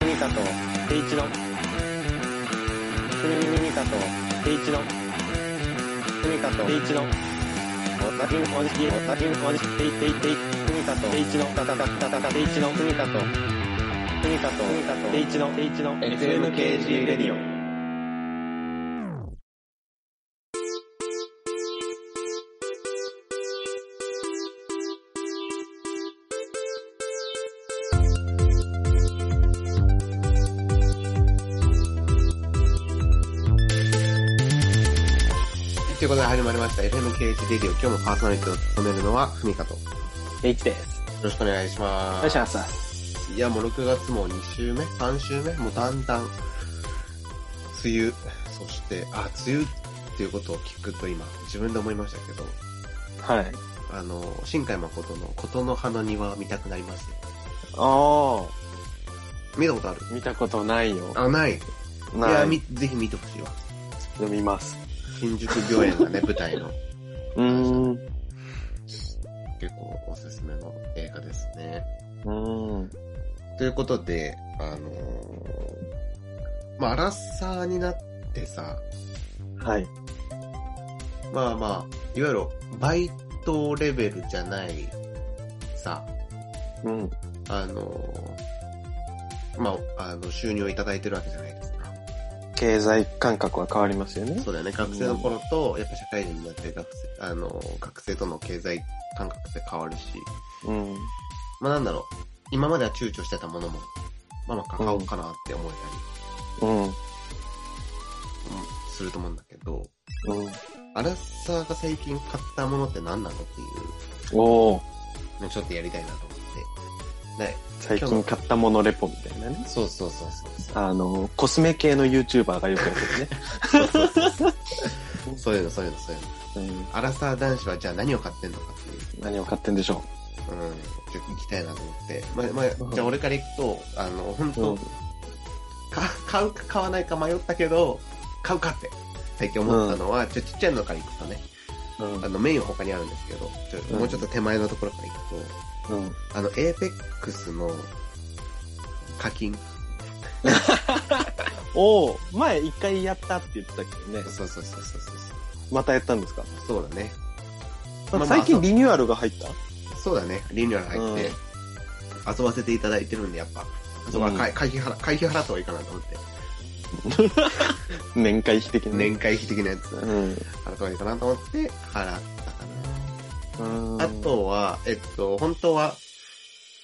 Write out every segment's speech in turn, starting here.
と圭一の蝉耳かと圭一の蝉かと圭一のおたきんおじきおたきんおじきていていていみかと圭一のたたたたたた圭一のみかとみかとみかと圭一の圭一の FMKG レディオということで始まりました FMKH レディオ。今日もパーソナリティを務めるのはふみかと。よ圭一ですろしくお願いします。しますいや、もう6月も2週目 ?3 週目もうだんだん、梅雨、そして、あ、梅雨っていうことを聞くと今、自分で思いましたけど、はいあの、新海誠のことの葉の庭を見たくなります。あ見たことあるあ見たことないよあ、ない。いやないみ、ぜひ見てほしいわ。読みます新宿御苑がね、舞台のうーん結構おすすめの映画ですね。うんということで、あのーまあ、アラッサーになってさ、はいまあまあ、いわゆるバイトレベルじゃない、さ、うんあのーまあ、あの、収入をいただいてるわけじゃないですか。経済感覚は変わりますよねそうだよね、学生の頃と、やっぱ社会人になって学生、あのー学生との経済感覚って変わるし、うんまあなんだろう、今までは躊躇してたものも、まあまあ買おうかなって思えたうんりもすると思うんだけど、うんアラッサーが最近買ったものって何なのっていうおおのをちょっとやりたいなと思って。で、最近買ったものレポみたいなねそうそうそうそうあのコスメ系の YouTuber がよくやってそう。そうそうそうそういうの、そういうの、そういうの。る ね、アラサー男子はじゃあ何を買ってんのかっていう、うん、何を買ってんでしょうん、ちょっと行きたいなと思って。まあ、まあ、じゃあ俺から行くと、あの、本う、当、か 買うか買わないか迷ったけど、買うかって。最近思ったのは、ちょ、ちっちゃいのから行くとね、うんあの、メインは他にあるんですけど、ちょ、うんもうちょっと手前のところから行くと、うん、あの、エーペックスの課金。おお前一回やったって言ってたけどねそうそうそうそうそう。またやったんですかそうだね。まあまあ最近そうリニューアルが入ったそうだね。リニューアル入って、遊ばせていただいてるんで、やっぱ。そうか、うん会会費払、会費払った方がいいかなと思って。年会費的な年会費的なやつ、払っうんた方がいいかなと思って、払ったかうんな。あとは、えっと、本当は、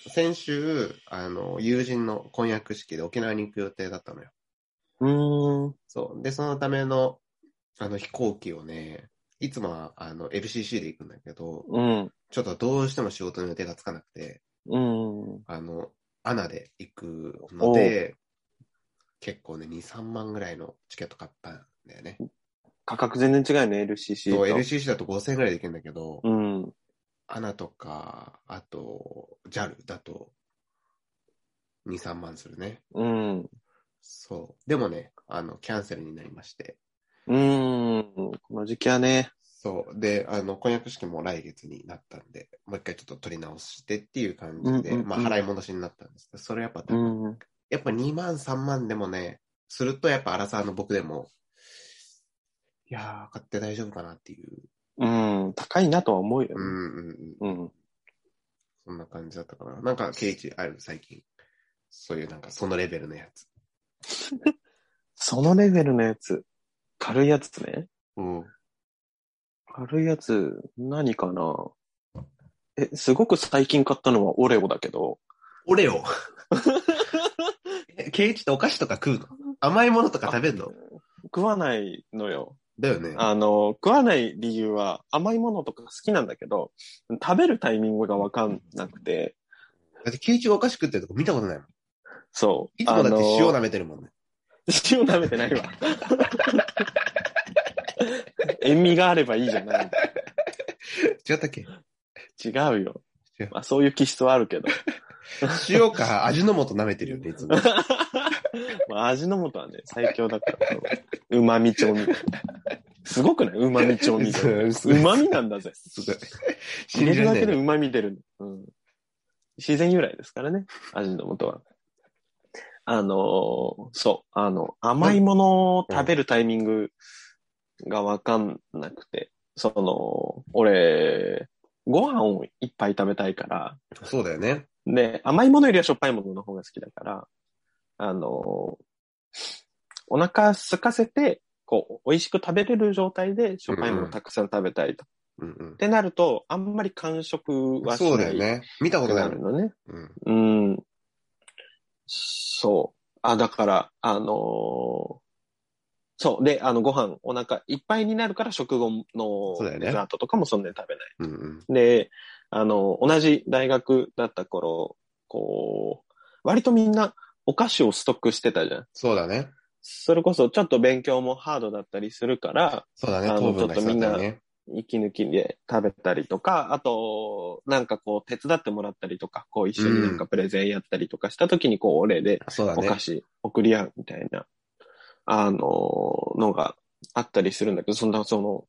先週、あの、友人の婚約式で沖縄に行く予定だったのよ。うんそう。で、そのための、あの、飛行機をね、いつもは、あの、LCC で行くんだけど、うんちょっとどうしても仕事の予定がつかなくて、うんあの、アナで行くので、結構ね、2、3万ぐらいのチケット買ったんだよね。価格全然違うよね LCC そう、と LCC だと5000円ぐらいで行けるんだけど、うんアナとか、あと、JAL だと、2、3万するね。うんそう。でもね、あの、キャンセルになりまして。うんこの時期はねそう。で、あの、婚約式も来月になったんで、もう一回ちょっと取り直してっていう感じで、うんうんうんまあ、払い戻しになったんですけど、それやっぱ高いんやっぱ2万3万でもね、するとやっぱ荒沢の僕でも、いやー、買って大丈夫かなっていう。うん高いなとは思うよねうんうんううん。んそんな感じだったかな。なんか、ケイチある、最近。そういうなんか、そのレベルのやつ。そのレベルのやつ。軽いやつね。うん。軽いやつ、何かなえ、すごく最近買ったのはオレオだけど。オ レオえケイチってお菓子とか食うの甘いものとか食べるの食わないのよ。だよね。あの、食わない理由は甘いものとか好きなんだけど、食べるタイミングがわかんなくて、だってケイチがお菓子食ってるとこ見たことないもん。そう。いつもだって塩あの舐めてるもんね。塩舐めて ないわ。塩味があればいいじゃない。違ったっけ 違うよ違う。まあそういう気質はあるけど。塩か味の素舐めてるよね、いつも。まあ、味の素はね、最強だから、うまみ調味料。すごくないうまみ調味料。すうごい。まみなんだぜ。すごい。 入信れじるらだれけなでい。うまみ出るの、うん。自然由来ですからね、味の素は。あのーそう、あの、甘いものを食べるタイミングがわかんなくて、その、俺、ご飯をいっぱい食べたいから、そうだよね。で、甘いものよりはしょっぱいものの方が好きだから、あのーお腹空かせて、こう、美味しく食べれる状態でしょっぱいものたくさん食べたいと。うんうんっ。てなると、あんまり完食はしない。そうだよね。見たっこてとなないるもん。のね。うん。うん。そう。あ、だから、あのーそう。で、あの、ご飯、お腹いっぱいになるから、食後そうだのよねデザートとかもそんなに食べない。うんうん。で、あの、同じ大学だった頃、こう、割とみんなお菓子をストックしてたじゃん。そうだね。それこそ、ちょっと勉強もハードだったりするから、そうだね。あの糖分が必要だったりちね。息抜きで食べたりとか、あと、なんかこう、手伝ってもらったりとか、こう、一緒になんかプレゼンやったりとかした時に、こう、お礼でそうだおね。菓子送り合うみたいな、あの、のがあったりするんだけど、そんな、その、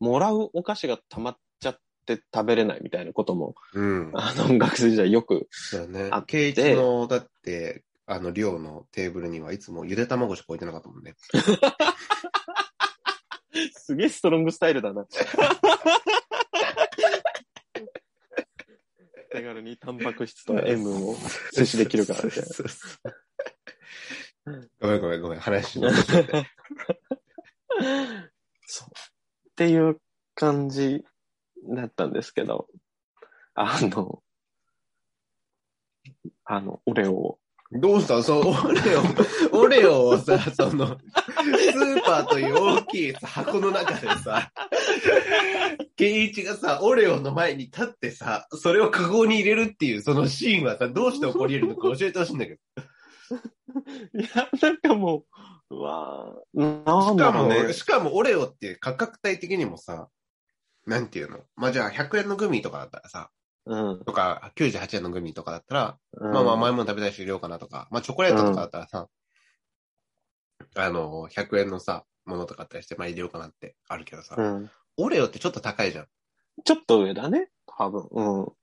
もらうお菓子が溜まっちゃって食べれないみたいなことも、うん。あの、学生時代よく、そうだねあっ。ケてイチの、だって、あの、寮のテーブルにはいつもゆで卵しか置いてなかったもんね。すげえストロングスタイルだな。手軽にタンパク質と塩分を摂取できるからみたいな。 そうそうそうごめんごめんごめん、話の途中で。そう。っていう感じだったんですけど、あの、あの、オレオを。どうしたその オレオ、オレオをさ、その、スーパーという大きいさ箱の中でさ、ケイイチがさ、オレオの前に立ってさ、それをカゴに入れるっていう、そのシーンはさ、どうして起こり得るのか教えてほしいんだけど。いや、なんかもう、うわーなんしかだろうも、ね。しかもオレオって価格帯的にもさ、なんていうのまあ、じゃあ100円のグミとかだったらさ、うん。とか98円のグミとかだったら、うんまあまあ甘いもの食べたいし入れようかなとか、まあチョコレートとかだったらさ、あの、100円のさ、ものとかあったりして、まあ入れようかなってあるけどさ、うんオレオってちょっと高いじゃん。ちょっと上だね、多分。うん。うん。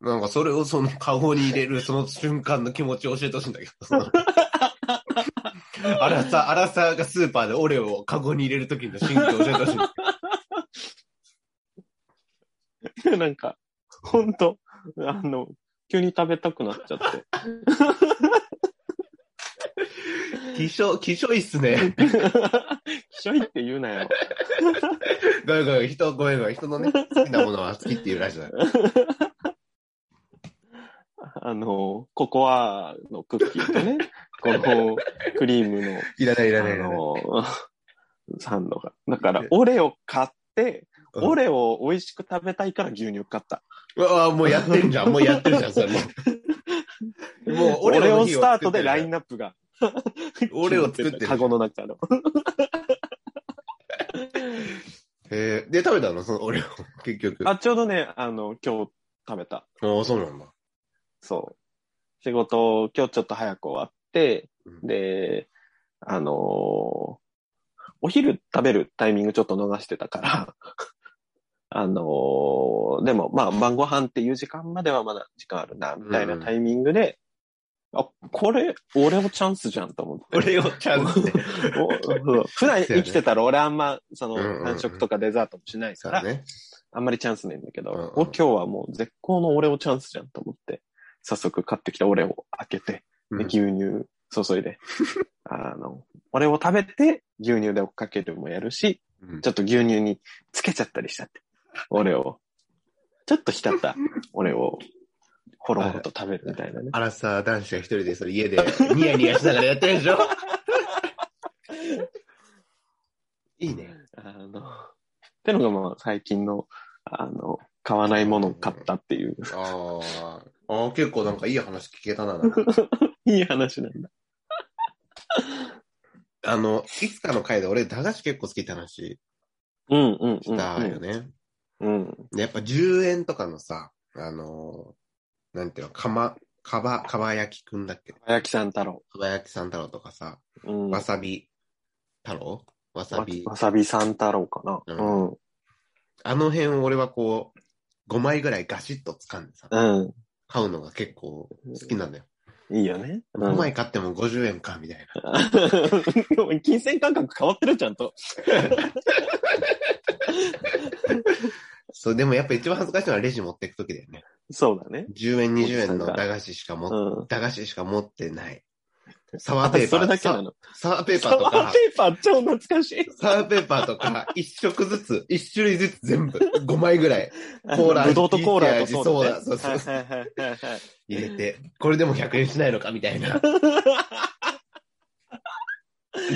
なんかそれをそのカゴに入れ るその瞬間の気持ちを教えてほしいんだけどその、 アラサー、アラサーがスーパーでオレオをカゴに入れる時の心境を教えてほし い。なんか、ほんと、あの、急に食べたくなっちゃって。気象、気象いいっす ね。ひしょいって言うなよ。ごめんごめん、人、ごめんごめん、人のね、好きなものは好きっていうらしい。あの、ココアのクッキーと ね、このクリームの、いらない、いらない、いあらない。の、サンドが。だから、オレを買って、うんオレを美味しく食べたいから牛乳買った。うわもうやってんじゃん、もうやってるじゃん、それもう。もう オレのを日スをタ作っートてんじでゃんラインナップが。 オレを作ってるカゴの中の。えーで、食べたのそのオレを、結局。ああ、ちょうどね、あの、今日食べた。あ、そうなんだ。そう。仕事、今日ちょっと早く終わって、うんで、あのーお昼食べるタイミングちょっと逃してたから、 あのーでもまあ晩ご飯っていう時間まではまだ時間あるな、みたいなタイミングで、あ、これ、俺もチャンスじゃんと思っ て。オレをちゃんとね。おそう普段生きてたら俺あんま、その、うんうんうん完食とかデザートもしないそから、うだね。あんまりチャンスないんだけど、うんうんお今日はもう絶好のオレオチャンスじゃんと思って、早速買ってきたオレオを開けて、うでん牛乳注いで、 あの、オレオ食べて牛乳で追っかけるもやるし、うんちょっと牛乳につけちゃったりしちゃって、オレオを。ちょっと浸ったオレオを、ほろほろと食べるみたいなね。アラサー男子が一人でそれ家で ニヤニヤしながらやってるで しょいいね。 あの、ってのがまあ最近の、あの、買わないものを買ったっていう、あーあー、結構なんかいい話聞けたな。なんかいい話なんだ。あの、いつかの回で俺、駄菓子結構好きって話うんうんうん、うしん。たよね。うん。でやっぱ10円とかのさ、あのーなんていうの、かま、かば、かば焼きくんだっけか早木さん太郎。ば焼きさん太郎とかさ、うん。わさび太郎わさび。わさびさん太郎かな。ううんん。あの辺を俺はこう、5枚ぐらいガシッと掴んでさ、うん。買うのが結構好きなんだよ。いいよね。う5ん、枚買っても50円か、みたいな。金銭感覚変わってる、ちゃんと。そう、でもやっぱ一番恥ずかしいのはレジ持っていくときだよね。そうだね。 10円、20円のおじさんが駄菓子しか持っ、うん。駄菓子しか持っ てない。サワあーペーパー。それだけなの。サワーペーパサーとワーかペ、ーパー超懐かしい。サワーペーパーとか、1色ずつ、1種類ずつ全部、5枚ぐらいコーラぶどうとコーラとそうだ、ね。そうだそうはいはいはい はいはい。入れて、これでも100円しないのかみたいな。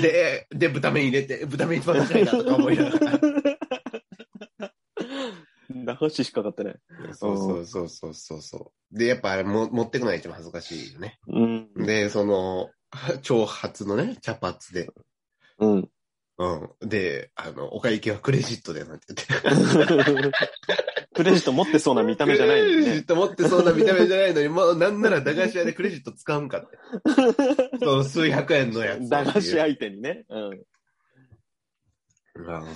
で、で、豚麺入れて、豚麺一番高いなとか思いながら。駄菓子しか買ってない。そうそうそうそうそうそう。で、やっぱあれも持ってくのが一番恥ずかしいよね。うん。で、その、長髪のね、茶髪で。 うん。うん。で、あの、お会計はクレジットでなんて言って。クレジット持ってそうな見た目じゃないクよレジね。ット持ってそんな見た目じゃないのに、もうなんなら駄菓子屋でクレジット使うんか って。その数百円のやつ。駄菓子相手にね。うん。うん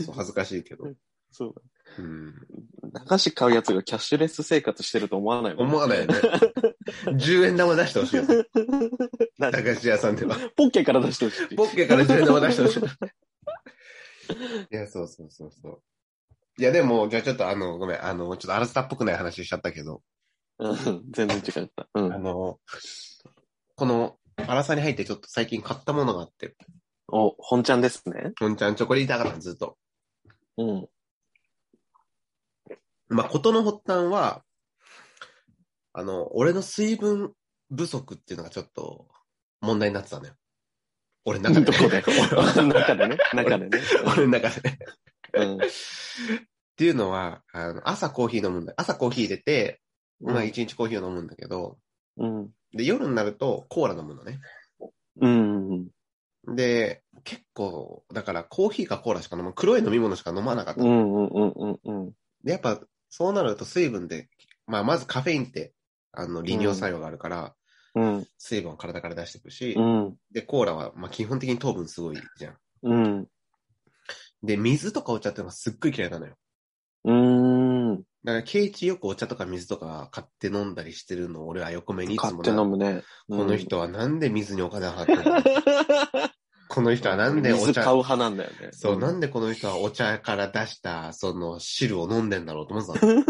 そう恥ずかしいけど。そう。うん。駄菓子買うやつがキャッシュレス生活してると思わないもん思わないよ ね。10円玉出してほしいよ。駄菓子屋さん では。ポッケから出してほしい。ポッケから10円玉出してほしい。いや、そうそうそうそう。いや、でも、じゃあちょっとあの、ごめん、あの、ちょっと荒さっぽくない話しちゃったけど、うん全然違った。うあん。の、この、荒さに入ってちょっと最近買ったものがあって、お、本ちゃんですね。ほんちゃんチョコレーターかったのずっと。 うん。まあ、ことの発端は、あの、俺の水分不足っていうのがちょっと問題になってたのよ。俺の中で、どこで俺は中でね。中でね。 俺の中でね。うん。っていうのは、あの、朝コーヒー飲むんだ。朝コーヒー入れて、うんまあ一日コーヒーを飲むんだけど、うん。で、夜になるとコーラ飲むのね。うん。で、結構、だからコーヒーかコーラしか飲む。黒い飲み物しか飲まなかった。うんうんうんうんうん。で、やっぱ、そうなると水分で、まあまずカフェインって、あの、利尿作用があるから、うん。水分を体から出していくし、うん。で、コーラは、まあ基本的に糖分すごいじゃん。うん。で、水とかお茶っていうのがすっごい嫌いなのよ。うん。だから、ケイチよくお茶とか水とか買って飲んだりしてるのを俺は横目にいつ買っもて飲むね。この人はなんで水にお金払っ てるのこの人はなんでお水買う茶、派なんだよね。そう、なんんでこの人はお茶から出した、その汁を飲んでんだろうと思ってたの。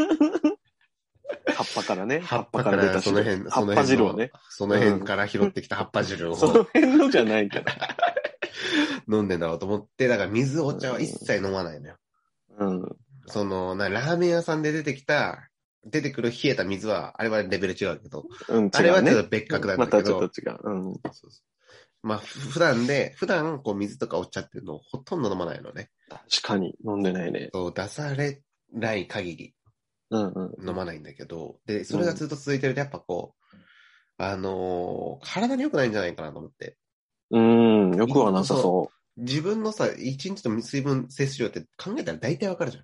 葉っぱからね。葉葉っっぱぱかから出ら、たその辺、葉っそのぱ辺汁のをね。その辺から拾ってきた葉っぱ汁 をその辺のじゃないけど。飲んでんだろうと思って、だから水、お茶は一切飲まないのよ。うん。その、なラーメン屋さんで出てきた、出てくる冷えた水は、あれはレベル違うけど、うん、違う、ね。あれはちょっと別格なんだまけたちど、ょっと違う。うん。そうそうまあ、ふ普段で、普段、こう、水とかお茶っていうのをほとんど飲まないのね。確かに、飲んでないね。そう出されない限りうんうん。飲まないんだけど、で、それがずっと続いてると、やっぱこう、あのー体に良くないんじゃないかなと思って。うん、よくはなさそ自分のさ、一日の水分摂取量って考えたら大体わかるじゃん。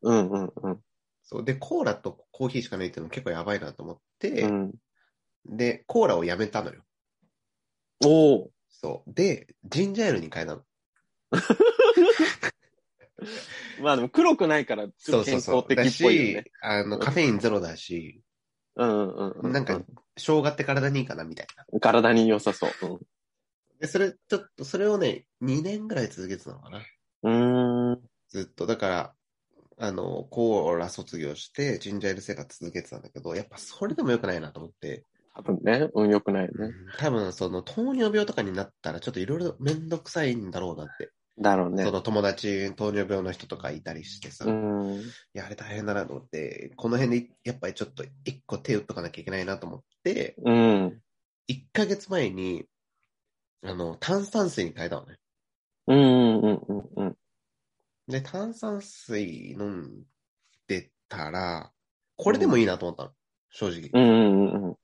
う。うんうんうん。そう。で、コーラとコーヒーしかないっていうの結構やばいなと思って、うん、で、コーラをやめたのよ。おお。そう。で、ジンジャーエールに変えたの。まあでも黒くないから、ちょっそとうそ健うそ康的う。だっぽいよしね。、あの、カフェインゼロだし、うんうんうん。なんか、生姜って体にいいかな、みたいな。体に良さそう。で、それ、ちょっと、それをね、2年ぐらい続けてたのかな。うん。うーん。ずっと、だから、あの、コーラ卒業して、ジンジャーエール生活続けてたんだけど、やっぱそれでも良くないなと思って、多分ね、うん、良くないね。多分その糖尿病とかになったらちょっといろいろめんどくさいんだろうなって、だろうねそ。の友達糖尿病の人とかいたりしてさ、ういん。や、あれ大変だなと思って、この辺でやっぱりちょっと一個手打っとかなきゃいけないなと思って、うん。 1ヶ月前に、あの、炭酸水に変えたのね。うんうんうんうんうん。で、炭酸水飲んでたら、これでもいいなと思ったの。正直。うんうんうんうん。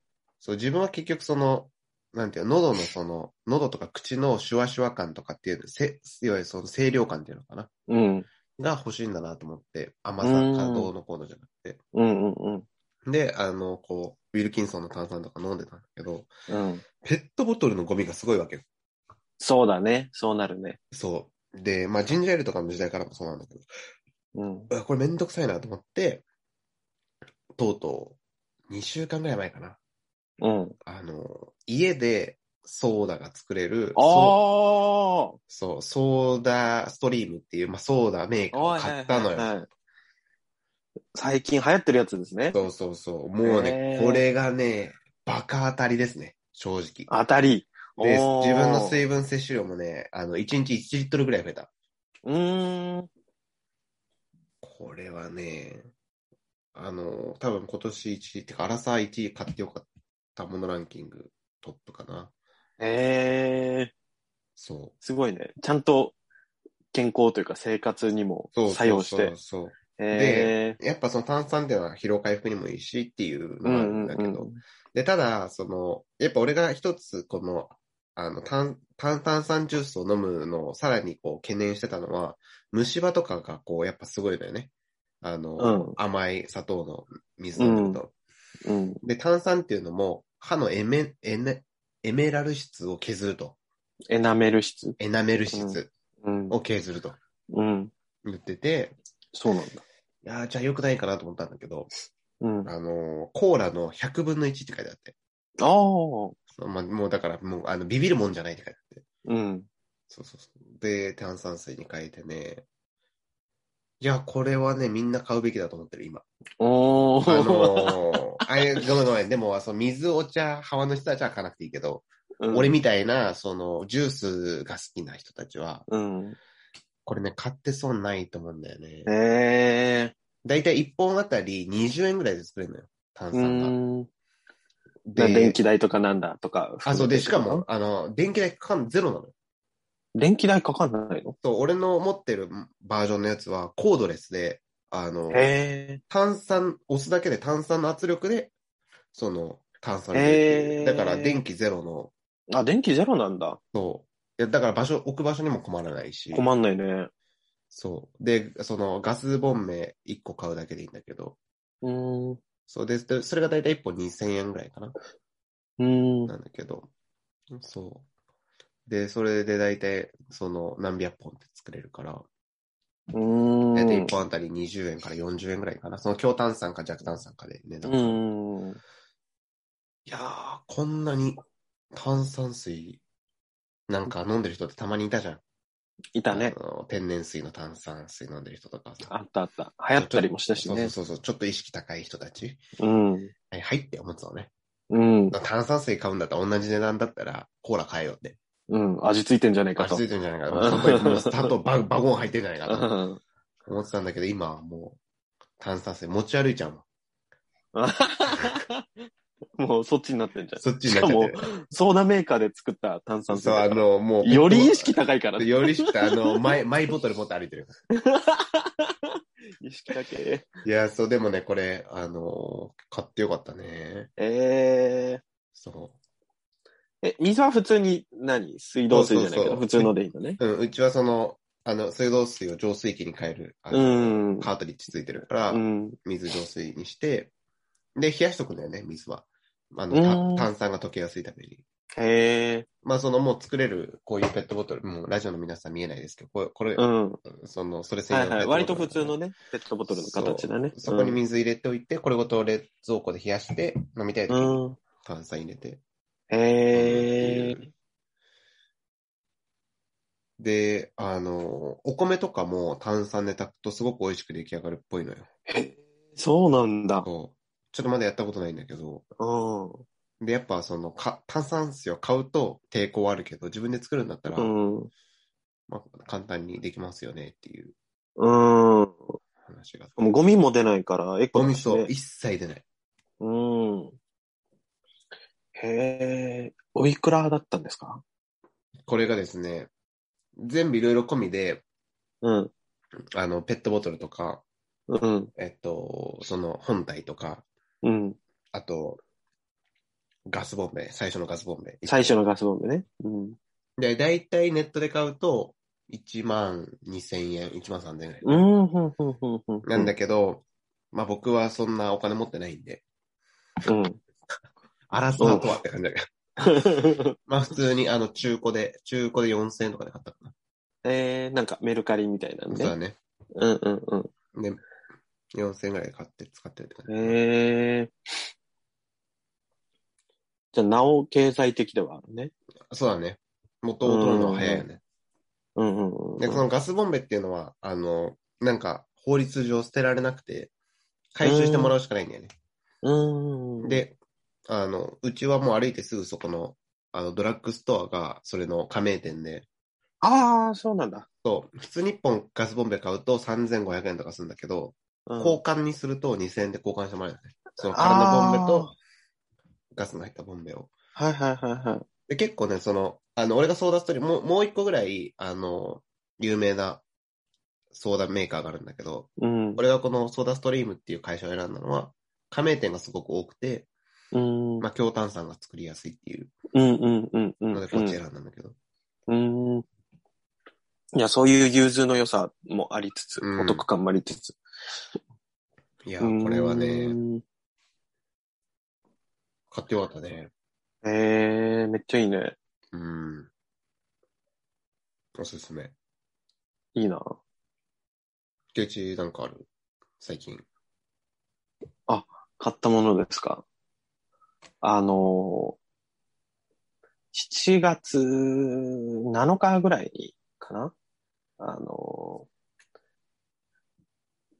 そう、自分は結局その、なんていうの、喉のその、喉とか口のシュワシュワ感とかっていう、せいわゆるその清涼感っていうのかなうん。が欲しいんだなと思って、甘さかどうのこうのじゃなくて。うんうんうん。で、あの、こう、ウィルキンソンの炭酸とか飲んでたんだけど、うん。ペットボトルのゴミがすごいわけよ。そうだね。そうなるね。そう。で、まあ、ジンジャーエールとかの時代からもそうなんだけど、うん。うわこれめんどくさいなと思って、とうとう、2週間ぐらい前かな。うん。あの、家でソーダが作れる、そあうそう、ソーダストリームっていう、まあ、ソーダメーカあーを買ったのよ。よ。最近流行ってるやつですね。そうそうそう。もうへね、ーこれがね、バカ当たりですね、正直。当たり。で、おー自分の水分摂取量もね、あの、1日1リットルぐらい増えた。うーん。これはね、あの、多分今年1位ってか、アラサー1位買ってよかったものランキングトップかな。ええそう。すごいね。ちゃんと健康というか生活にもそう作用して。そうそうええそうやっぱその炭酸っていうのは疲労回復にもいいしっていううのがあるんんうだんけうど。ん。で、ただ、その、やっぱ俺が一つ、この、あの、炭、炭炭酸ジュースを飲むのをさらにこう懸念してたのは、虫歯とかがこう、やっぱすごいのよね。あの、うん甘い砂糖の水飲むと。うん。で、炭酸っていうのも、歯のエメ、エネ、エメラル質を削ると。エナメル質。エナメル質うん。を削るとうん。言ってて、そうなんだ。いやーじゃあ良くないかなと思ったんだけど、うん。ああのーコーラの100分の1って書いてあって。あー。そうまあ、もうだから、もう、あの、ビビるもんじゃないって書いてあって。うん。そうそうそう。で、炭酸水に変えてね。いや、これはね、みんな買うべきだと思ってる、 今。おあー。のー、あれ、ごめんごめん。でも、その水、お茶、泡の人たちは買わなくていいけど、 うん俺みたいな、その、ジュースが好きな人たちは、うん。これね、買って損ないと思うんだよね。ええだいたい1本あたり20円ぐらいで作れるのよ、炭う酸が。ん。で電気代とかなんだとか。あ、そうで、しかも、。あの、電気代かかん、ゼロなのよ。電気代かかんないのそう、俺の持ってるバージョンのやつはコードレスで、あの、へ炭酸、押すだけで炭酸の圧力で、その、炭酸を入れるっていうへーだから電気ゼロの、え。あ、電気ゼロなんだ。そう。いやだから場所、置く場所にも困らないし。困んないね。そう。で、その、ガスボンベ1個買うだけでいいんだけど。うん。うそうです。でそれがだいたい1本2000円ぐらいかな。ん。なんだけど。そう。で、それでだいたい、その、何百本って作れるから。うん。大体1本あたり20円から40円ぐらいかな。その強炭酸か弱炭酸かで値段が。いうん。やー、こんなに炭酸水なんか飲んでる人ってたまにいたじゃん。いたねあ。の天然水の炭酸水飲んでる人とかさあったあった。流行ったりもしたしね。そうそうそうそう、ちょっと意識高い人たち。うん。はい、はいって思ってたのね。うん。炭酸水買うんだったら同じ値段だったらコーラ買えよって。うん。味ついてんじゃねえか味と付。いてるんじゃないかと。砂糖もう砂糖ババゴン入ってるんじゃないかとうん思ってたんだけど、今はもう炭酸水持ち歩いちゃうもん。もうそっちになってんじゃん。そっちになっちゃってる。ソーダメーカーで作った炭酸水そう、だあから。の、も う。より意識高いから。よりしか、あの、マイ、マイボトル持って歩いてる。意識高い。いや、そう、でもね、これ、あのー買ってよかったね。えー。そえ、水は普通に何、水道水じゃないけそうそうそど、う普通のでいいのね。う。うん、うちはその、あの、水道水を浄水器に変える、あうのん。カートリッジついてるから、うん。水浄水にして、で、冷やしとくんだよね、水は。あうの、んた炭酸が溶けやすいために。へえ。まあ、その、もう作れる、こういうペットボトル、もうラジオの皆さん見えないですけど、これ、これ、うん。その、それ専は用いのペッはい。トボト割と普通ルのね、ペットボトルの形だね。そこに水入れておいて、これごと冷蔵庫で冷やして、飲みたい時うにん。うん。炭酸入れて。へえ。で、あの、お米とかも炭酸で炊くとすごく美味しく出来上がるっぽいのよ。そうなんだ。そうちょっとまだやったことないんだけど、うん。で、やっぱそのか、炭酸水を買うと抵抗はあるけど、自分で作るんだったら、うん。まあ、簡単にできますよねっていううん。話が。もうゴミも出ないから、エコゴだミしねそう、一切出ない。うん。へえ。おいくらだったんですかこれがですね、全部いろいろ込みで、うん。あの、ペットボトルとか、うん。えっと、その本体とか、うん。あと、ガスボンベ、最初のガスボンベ。最初のガスボンベね。うん。で、だいたいネットで買うと、1万2000円、1万3000円ぐらい。うん、ふんふんふんふん。なんだけど、まあ僕はそんなお金持ってないんで、うん。争うとはって感じだけど。まあ普通にあの中古で、中古で4000円とかで買ったかな。 えー、なんかメルカリみたいなそうだね。ね。うんうんうん。で、4000円ぐらいで買って使ってるって感じ。えー。じゃあ、なお経済的ではあるね。そうだね。もっと踊るのは早いよね。うんうんうん。で、そのガスボンベっていうのは、あの、なんか、法律上捨てられなくて、回収してもらうしかないんだよね。うんうん。、で、あの、うちはもう歩いてすぐそこの、あの、ドラッグストアが、それの加盟店で、ああ、そうなんだ。そう、普通に1本ガスボンベ買うと3500円とかするんだけど、うん交換にすると2000円で交換してもらえるんだね。その空のボンベとガスの入ったボンベを。はいはいはいはい。で、結構ね、その、あの、俺がソーダストーリー、もう、もう一個ぐらい、あの、有名なソーダメーカーがあるんだけど、うん。俺がこのソーダストリームっていう会社を選んだのは、加盟店がすごく多くて、うん。まあ、強炭酸が作りやすいっていううんうんうんうん。ので、こっち選んだんだけど。うん。いや、そういう融通の良さもありつつ、うんお得感もありつつ。いや、うんこれはね、。買ってよかったね。ええー、めっちゃいいね。うん。おすすめ。いいな。手打ちなんかある最近。買ったものですかあのー、7月7日ぐらいにかなあのー、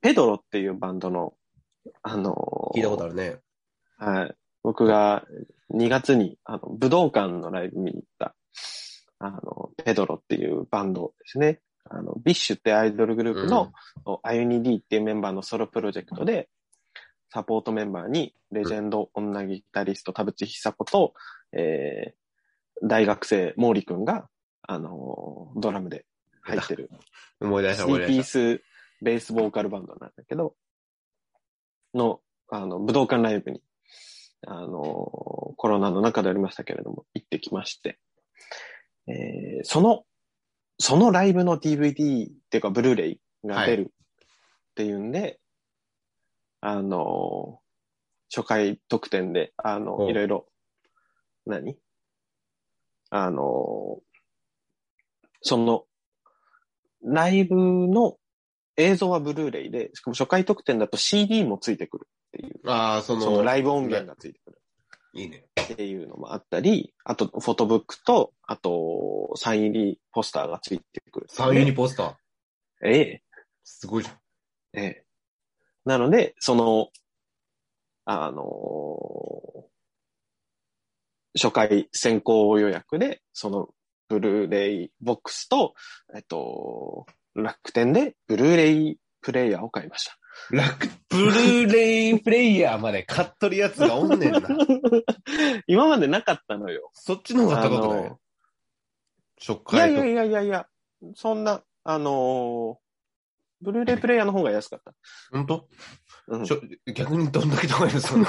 ペドロっていうバンドの、あのー、聞いたことあるね。はい。僕が2月にあの武道館のライブ見に行った、あの、ペドロっていうバンドですね。あの、ビッシュってアイドルグループの、アユニディっていうメンバーのソロプロジェクトで、サポートメンバーにレジェンド女ギタリスト田淵久子と、えー、大学生毛利くんが、あのドラムで入ってる思い出した、ス思リーい出ピーしスベースボーカルバンドなんだけど、の、あの、武道館ライブに、あの、コロナの中でありましたけれども、行ってきまして、えーその、そのライブの DVD っていうか、ブルーレイが出るっていうんで、あの、初回特典で、あおの、いろいろ、何あの、その、ライブの映像はブルーレイで、しかも初回特典だと CD もついてくるっていう、た。ああ、そその、のライブ音源がついてくるいいね。っていうのもあったり、あとフォトブックと、あとサイン入りポスターがついてくる。サユニポスター。ええ、すごいじゃん。ええ。なので、その、あのー初回先行予約で、その、ブルーレイボックスと、えっと、楽天で、ブルーレイプレイヤーを買いました。楽、ブルーレイプレイヤーまで買っとるやつがおんねんな。今までなかったのよ。 そっちの方があ高くないのい初や回いとやいやいやいや、そんな、あのーブルーレイプレイヤーの方が安かった。本当うんちょ逆にどんだけ高いのそんな。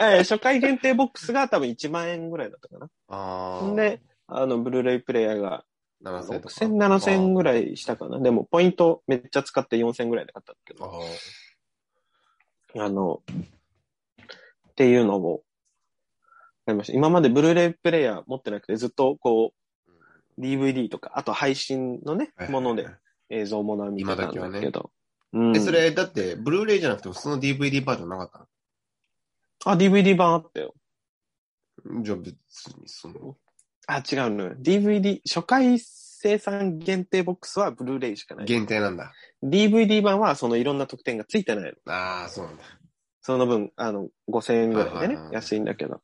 えー初回限定ボックスが多分1万円ぐらいだったかあな。ー、で、あの、ブルーレイプレイヤーが7000とか。 6000、7000ぐらいしたかな。でも、ポイントめっちゃ使って4000ぐらいで買ったんだけあーど、あの、っていうのを、買いました。今までブルーレイプレイヤー持ってなくて、ずっとこう、DVD とか、あと配信のね、あーもので。映像ものは見てたんだ今だけけど。え、うんそれ、だって、ブルーレイじゃなくて、普通の DVD バージョンなかったのあ、DVD 版あったよ。じゃあ別に、その、あ、違うのよ。DVD、初回生産限定ボックスはブルーレイしかない。限定なんだ。 DVD 版はそのいろんな特典がついてないの。ああ、そうなんだ。その分、あの、5000円ぐらいではいはいねは、い安いんだけど。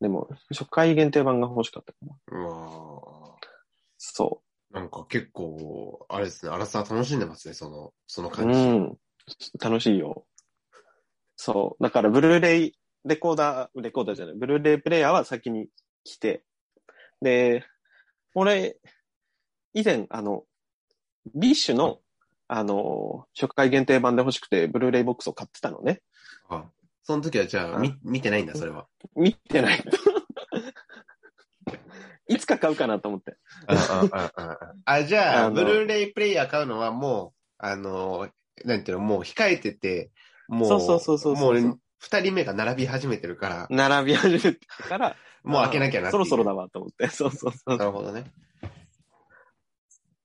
でも、初回限定版が欲しかったかな。うわそーなんか結構、あれですね、アラサー楽しんでますね、その、そのう。感うじ。ん。楽しいよ。そう。だから、ブルーレイ、レコーダー、レコーダーじゃない、ブルーレイプレイヤーは先に来て。で、俺、以前、あの、ビッシュの、あの、初回限定版で欲しくて、ブルーレイボックスを買ってたのね。あその時はじゃあ、み見てないんだ、それは。見てない。 いつか買うかなと思って。ああああああじゃああのブルーレイプレイヤー買うのはもう、あの、なんていうの、もう控えてて、もう、そうそうそうそうそうもう二人目が並び始めてるから、並び始めてから、もう開けなきゃなっていそうろそろだわと思って。 そうそうそう。なるほどね。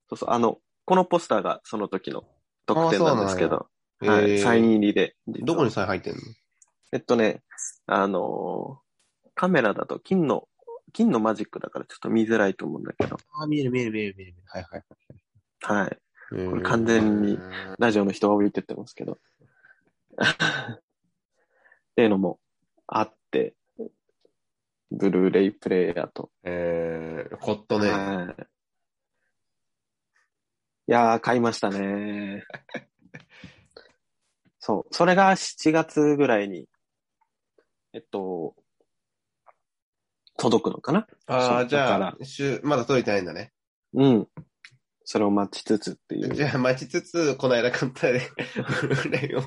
そうそう。あの、このポスターがその時の特典なんですけど、えはい、サインー、入りで。どこにサイン入ってんのえっとね、あのーカメラだと金の、金のマジックだからちょっと見づらいと思うんだけど、あ、見える見える見える見える。はいはい。はい。ここれ完全に。ラジオの人は置いてってますけど。 っていうのもあって、ブルーレイプレイヤーと。えー、コットね。はい。いやー、買いましたね。 そう。それが7月ぐらいに、えっと、届くのかなあそあ、うじだゃかあ、しゅまだ届いてないんだね。うん。それを待ちつつっていう。じゃあ、待ちつつ、この間買ったね。ブルーレイを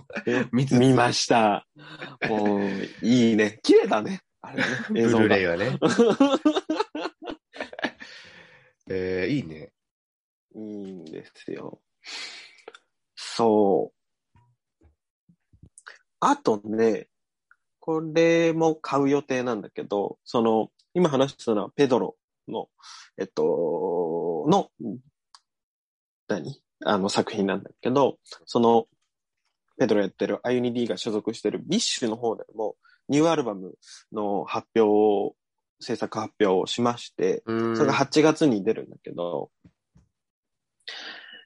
見つつ。見ました。もう、いいね。綺麗だね。あれね。 ブ映像ルーがレイは ね。えー、いいね。いいんですよ。そう。あとね、これも買う予定なんだけど、その、今話したのはペドロの、えっと、の、何あの作品なんだけど、その、ペドロやってるアユニ D が所属してるビッシュの方でも、ニューアルバムの発表を、制作発表をしまして、うん。それが8月に出るんだけど、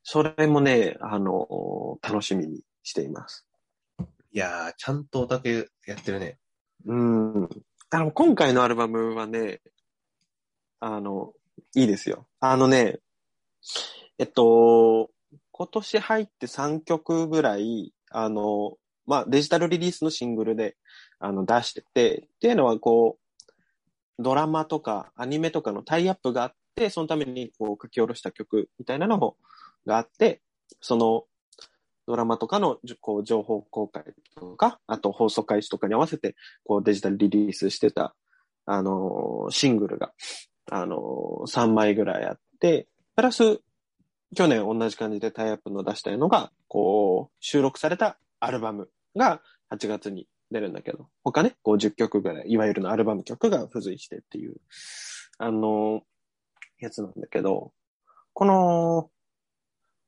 それもね、あの、楽しみにしています。いやー、ちゃんとオタクやってるね。うん。あの、今回のアルバムはね、あの、いいですよ。あのね、えっと、今年入って3曲ぐらい、あの、まあ、デジタルリリースのシングルで、あの、出してて、っていうのはこう、ドラマとかアニメとかのタイアップがあって、そのためにこう書き下ろした曲みたいなのもがあって、そのドラマとかのじゅこう情報公開とか、あと放送開始とかに合わせてこうデジタルリリースしてた、あのーシングルが、あのー3枚ぐらいあって、プラス去年同じ感じでタイアップの出したいのが、こう収録されたアルバムが8月に出るんだけど、他ね、こう10曲ぐらい、いわゆるのアルバム曲が付随してっていう、あのーやつなんだけど、この、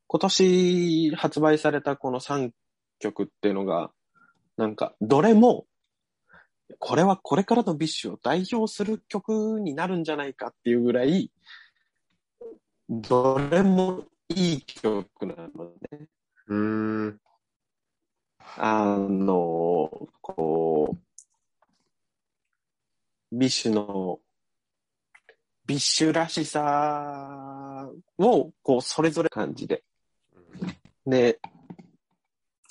今年発売されたこの3曲っていうのが、なんか、どれも、これはこれからのビッシュを代表する曲になるんじゃないかっていうぐらい、どれもいい曲なのね。うーん。あの、こう、ビッシュの、ビッシュらしさを、こう、それぞれ感じで。で、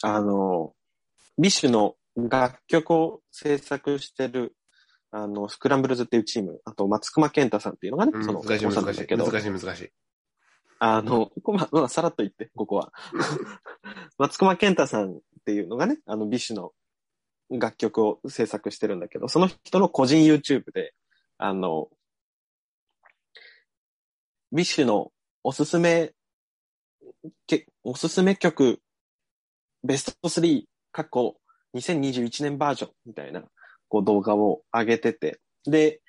あの、ビッシュの楽曲を制作してる、あの、スクランブルズっていうチーム、あと、松隈健太さんっていうのがね、うんその、難しいお子さんなん難しだい。けど難しい難しい。あの、ここま、まあ、さらっと言って、ここは。松隈健太さんっていうのがね、あの、ビッシュの楽曲を制作してるんだけど、その人の個人 YouTube で、あの、ビッシュのおすすめ、けおすすめ曲、ベスト3、過去2021年バージョンみたいな、こう動画を上げてて、で、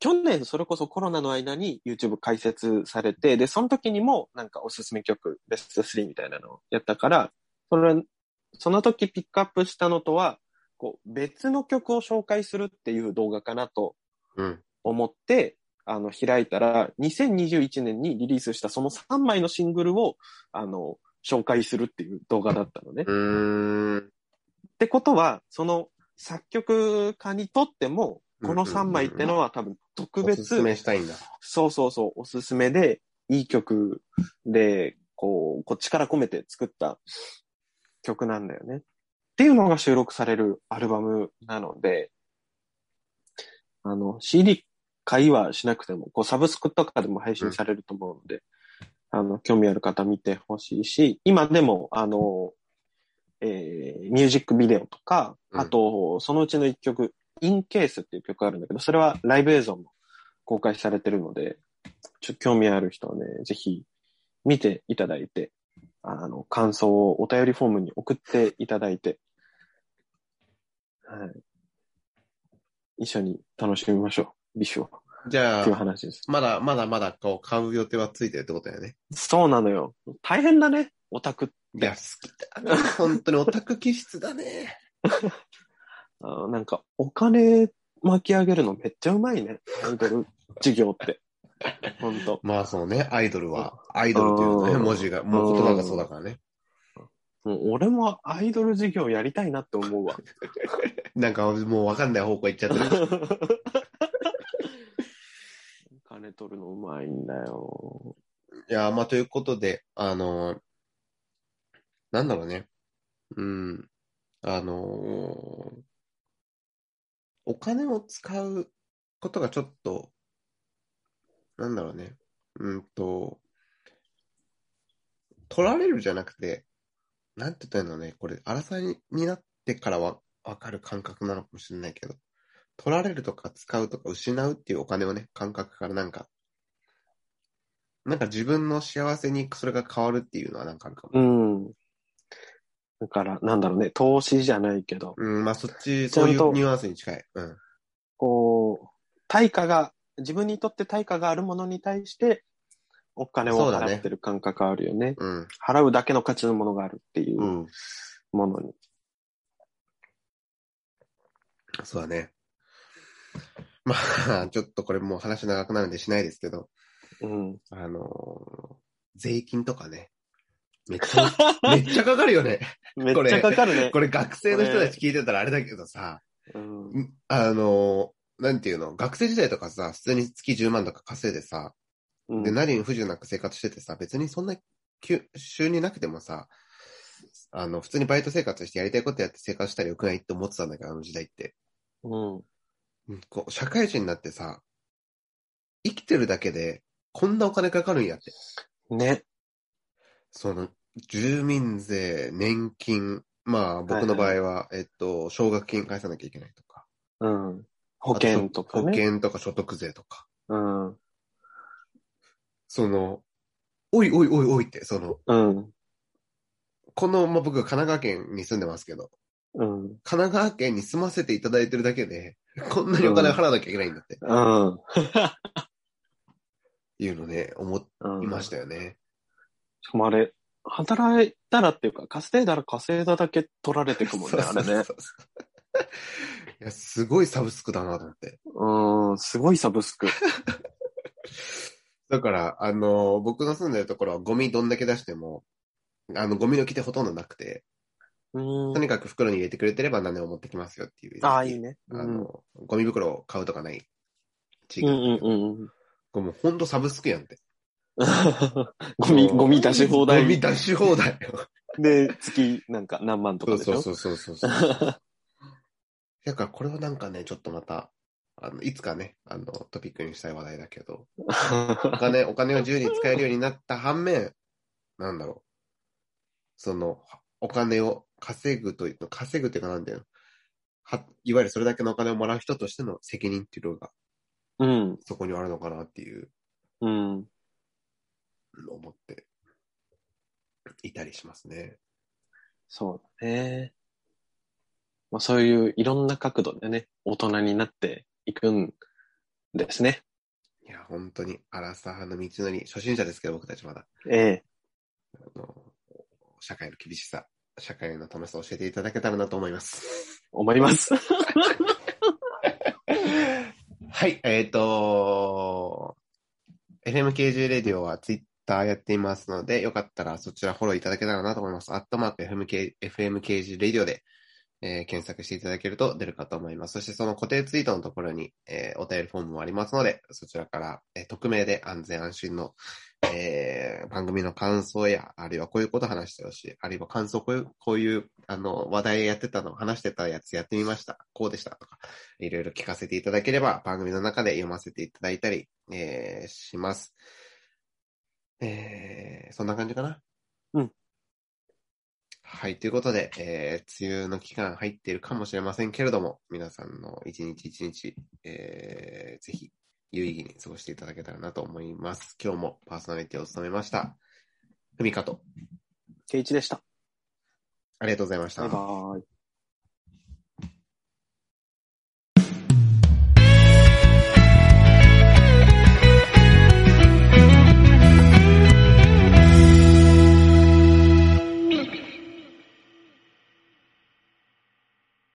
去年それこそコロナの間に YouTube 開設されて、で、その時にもなんかおすすめ曲、ベスト3みたいなのをやったから、それ、その時ピックアップしたのとは、こう、別の曲を紹介するっていう動画かなとうん。思って、あの、開いたら、2021年にリリースしたその3枚のシングルを、あの、紹介するっていう動画だったのね。うーん。ってことは、その作曲家にとっても、このうんうんうんう3ん枚ってのは多分特おすす別、めしたいんだ。そうそうそう、おすすめで、いい曲で、こう、こっちから込めて作った曲なんだよね。っていうのが収録されるアルバムなので、あの、CD 買いはしなくても、こう、サブスクとかでも配信されると思うので、あの、興味ある方見てほしいし、今でも、あの、えー、ミュージックビデオとか、うんあと、そのうちの一曲、インケースっていう曲があるんだけど、それはライブ映像も公開されてるので、ちょっと興味ある人はね、ぜひ見ていただいて、あの、感想をお便りフォームに送っていただいて、はい。一緒に楽しみましょう、ビッシュを。じゃっていうあ、話です。まだまだまだこう買う予定はついてるってことだよね。そうなのよ。大変だね、オタク。いや、好きだね。本当にオタク気質だね。あーなんか、お金巻き上げるのめっちゃうまいね。アイドル事業って。 ほんと。まあそうね、アイドルは、アイドルというね、うん文字が、もう言葉がそうだからね。もう俺もアイドル事業やりたいなって思うわ。なんかもうわかんない方向行っちゃ った。 金取るのうまいんだよ。いや、まあ、ということで、あのーなんだろうね。うん。あのーお金を使うことがちょっと、なんだろうね。うんと、取られるじゃなくて、なんて言ったらいいのね。これ、争いになってからはわかる感覚なのかもしれないけど、取られるとか使うとか失うっていうお金をね、感覚からなんかなんか自分の幸せにそれが変わるっていうのはなんかあるかうも。ん。だから、なんだろうね、投資じゃないけど、うん、まあそっち、ちゃんそうというニュアンスに近い。うん。こう、対価が、自分にとって対価があるものに対して、お金そをうだね払ってる感覚あるよね。うん。払うだけの価値のものがあるっていううん。ものに。そうだね。まあ、 ちょっとこれもう話長くなるんでしないですけど、うん。あのー税金とかね。めっ ちゃ、めっちゃかかるよね。めっこれちゃかかるね。これ学生の人たち聞いてたらあれだけどさ、うんんあのーなんていうの、学生時代とかさ、普通に月10万とか稼いでさ、うんで、何に不自由なく生活しててさ、別にそんな急収入なくてもさ、あの、普通にバイト生活してやりたいことやって生活したらよくないって思ってたんだけど、あの時代って。うん。うんこう社会人になってさ、生きてるだけで、こんなお金かかるんやって。ね。その、住民税、年金、まあ僕の場合は、えっと、奨学金返さなきゃいけないとか。うん。保険とか保ね。険とか所得税とか。うん。その、おいおいおいおいって、その、うん。この、まあ僕神奈川県に住んでますけど、うん。神奈川県に住ませていただいてるだけで、こんなにお金払わなきゃいけないんだって、うん。いうのね、思うんいましたよね。しかもあれ、働いたらっていうか、稼いだら稼いだだけ取られてくもんね、あれね。 そうそういや、すごいサブスクだなと思って。うん、すごいサブスク。だから、あの、僕の住んでるところはゴミどんだけ出しても、あの、ゴミの規定ほとんどなくて、うんと。にかく袋に入れてくれてれば何でも持ってきますよっていう。ああ、いいね。うあん。の、ゴミ袋を買うとかない地うん域。うんうん。これもうほんとサブスクやんって。ゴミ、ゴミ出し放題ゴミ出し放題よ。で、月なんか何万とそかうでしょそうそうそうそ うそう。だからこれはなんかね、ちょっとまた、あの、いつかね、あの、トピックにしたい話題だけ ど、お金、お金を自由に使えるようになった反面、なんだろう。その、お金を稼ぐというの、稼ぐというかなんだよ。はいわゆるそれだけのお金をもらう人としての責任っていうのがうん。そこにはあるのかなっていううん。のを思っていたりしますね。そうだね。まあ、そういういろんな角度でね、大人になっていくんですね。いや、本当に、アラサーの道のり、初心者ですけど、僕たちまだ。ええ。あの、社会の厳しさ、社会の楽しさを教えていただけたらなと思います。思い ます。はい、えっ、と、FMKJ レディオはツイッターやっていますので、よかったらそちらフォローいただけたらなと思います。アットマーク FMK FMKJ レディオで、えー検索していただけると出るかと思います。そしてその固定ツイートのところに、えーお便りフォームもありますので、そちらから、えー匿名で安全安心の、えー番組の感想や、あるいはこういうこと話してほしい、あるいは感想、こういう、こういう、あの、話題やってたの、話してたやつやってみました、こうでしたとか、いろいろ聞かせていただければ、番組の中で読ませていただいたり、えーします。えーそんな感じかな。うん。はい、ということで、えー梅雨の期間入っているかもしれませんけれども、皆さんの一日一日、えーぜひ、有意義に過ごしていただけたらなと思います。今日もパーソナリティを務めました。ふみかと、ケイチでした。ありがとうございました。バイバイ。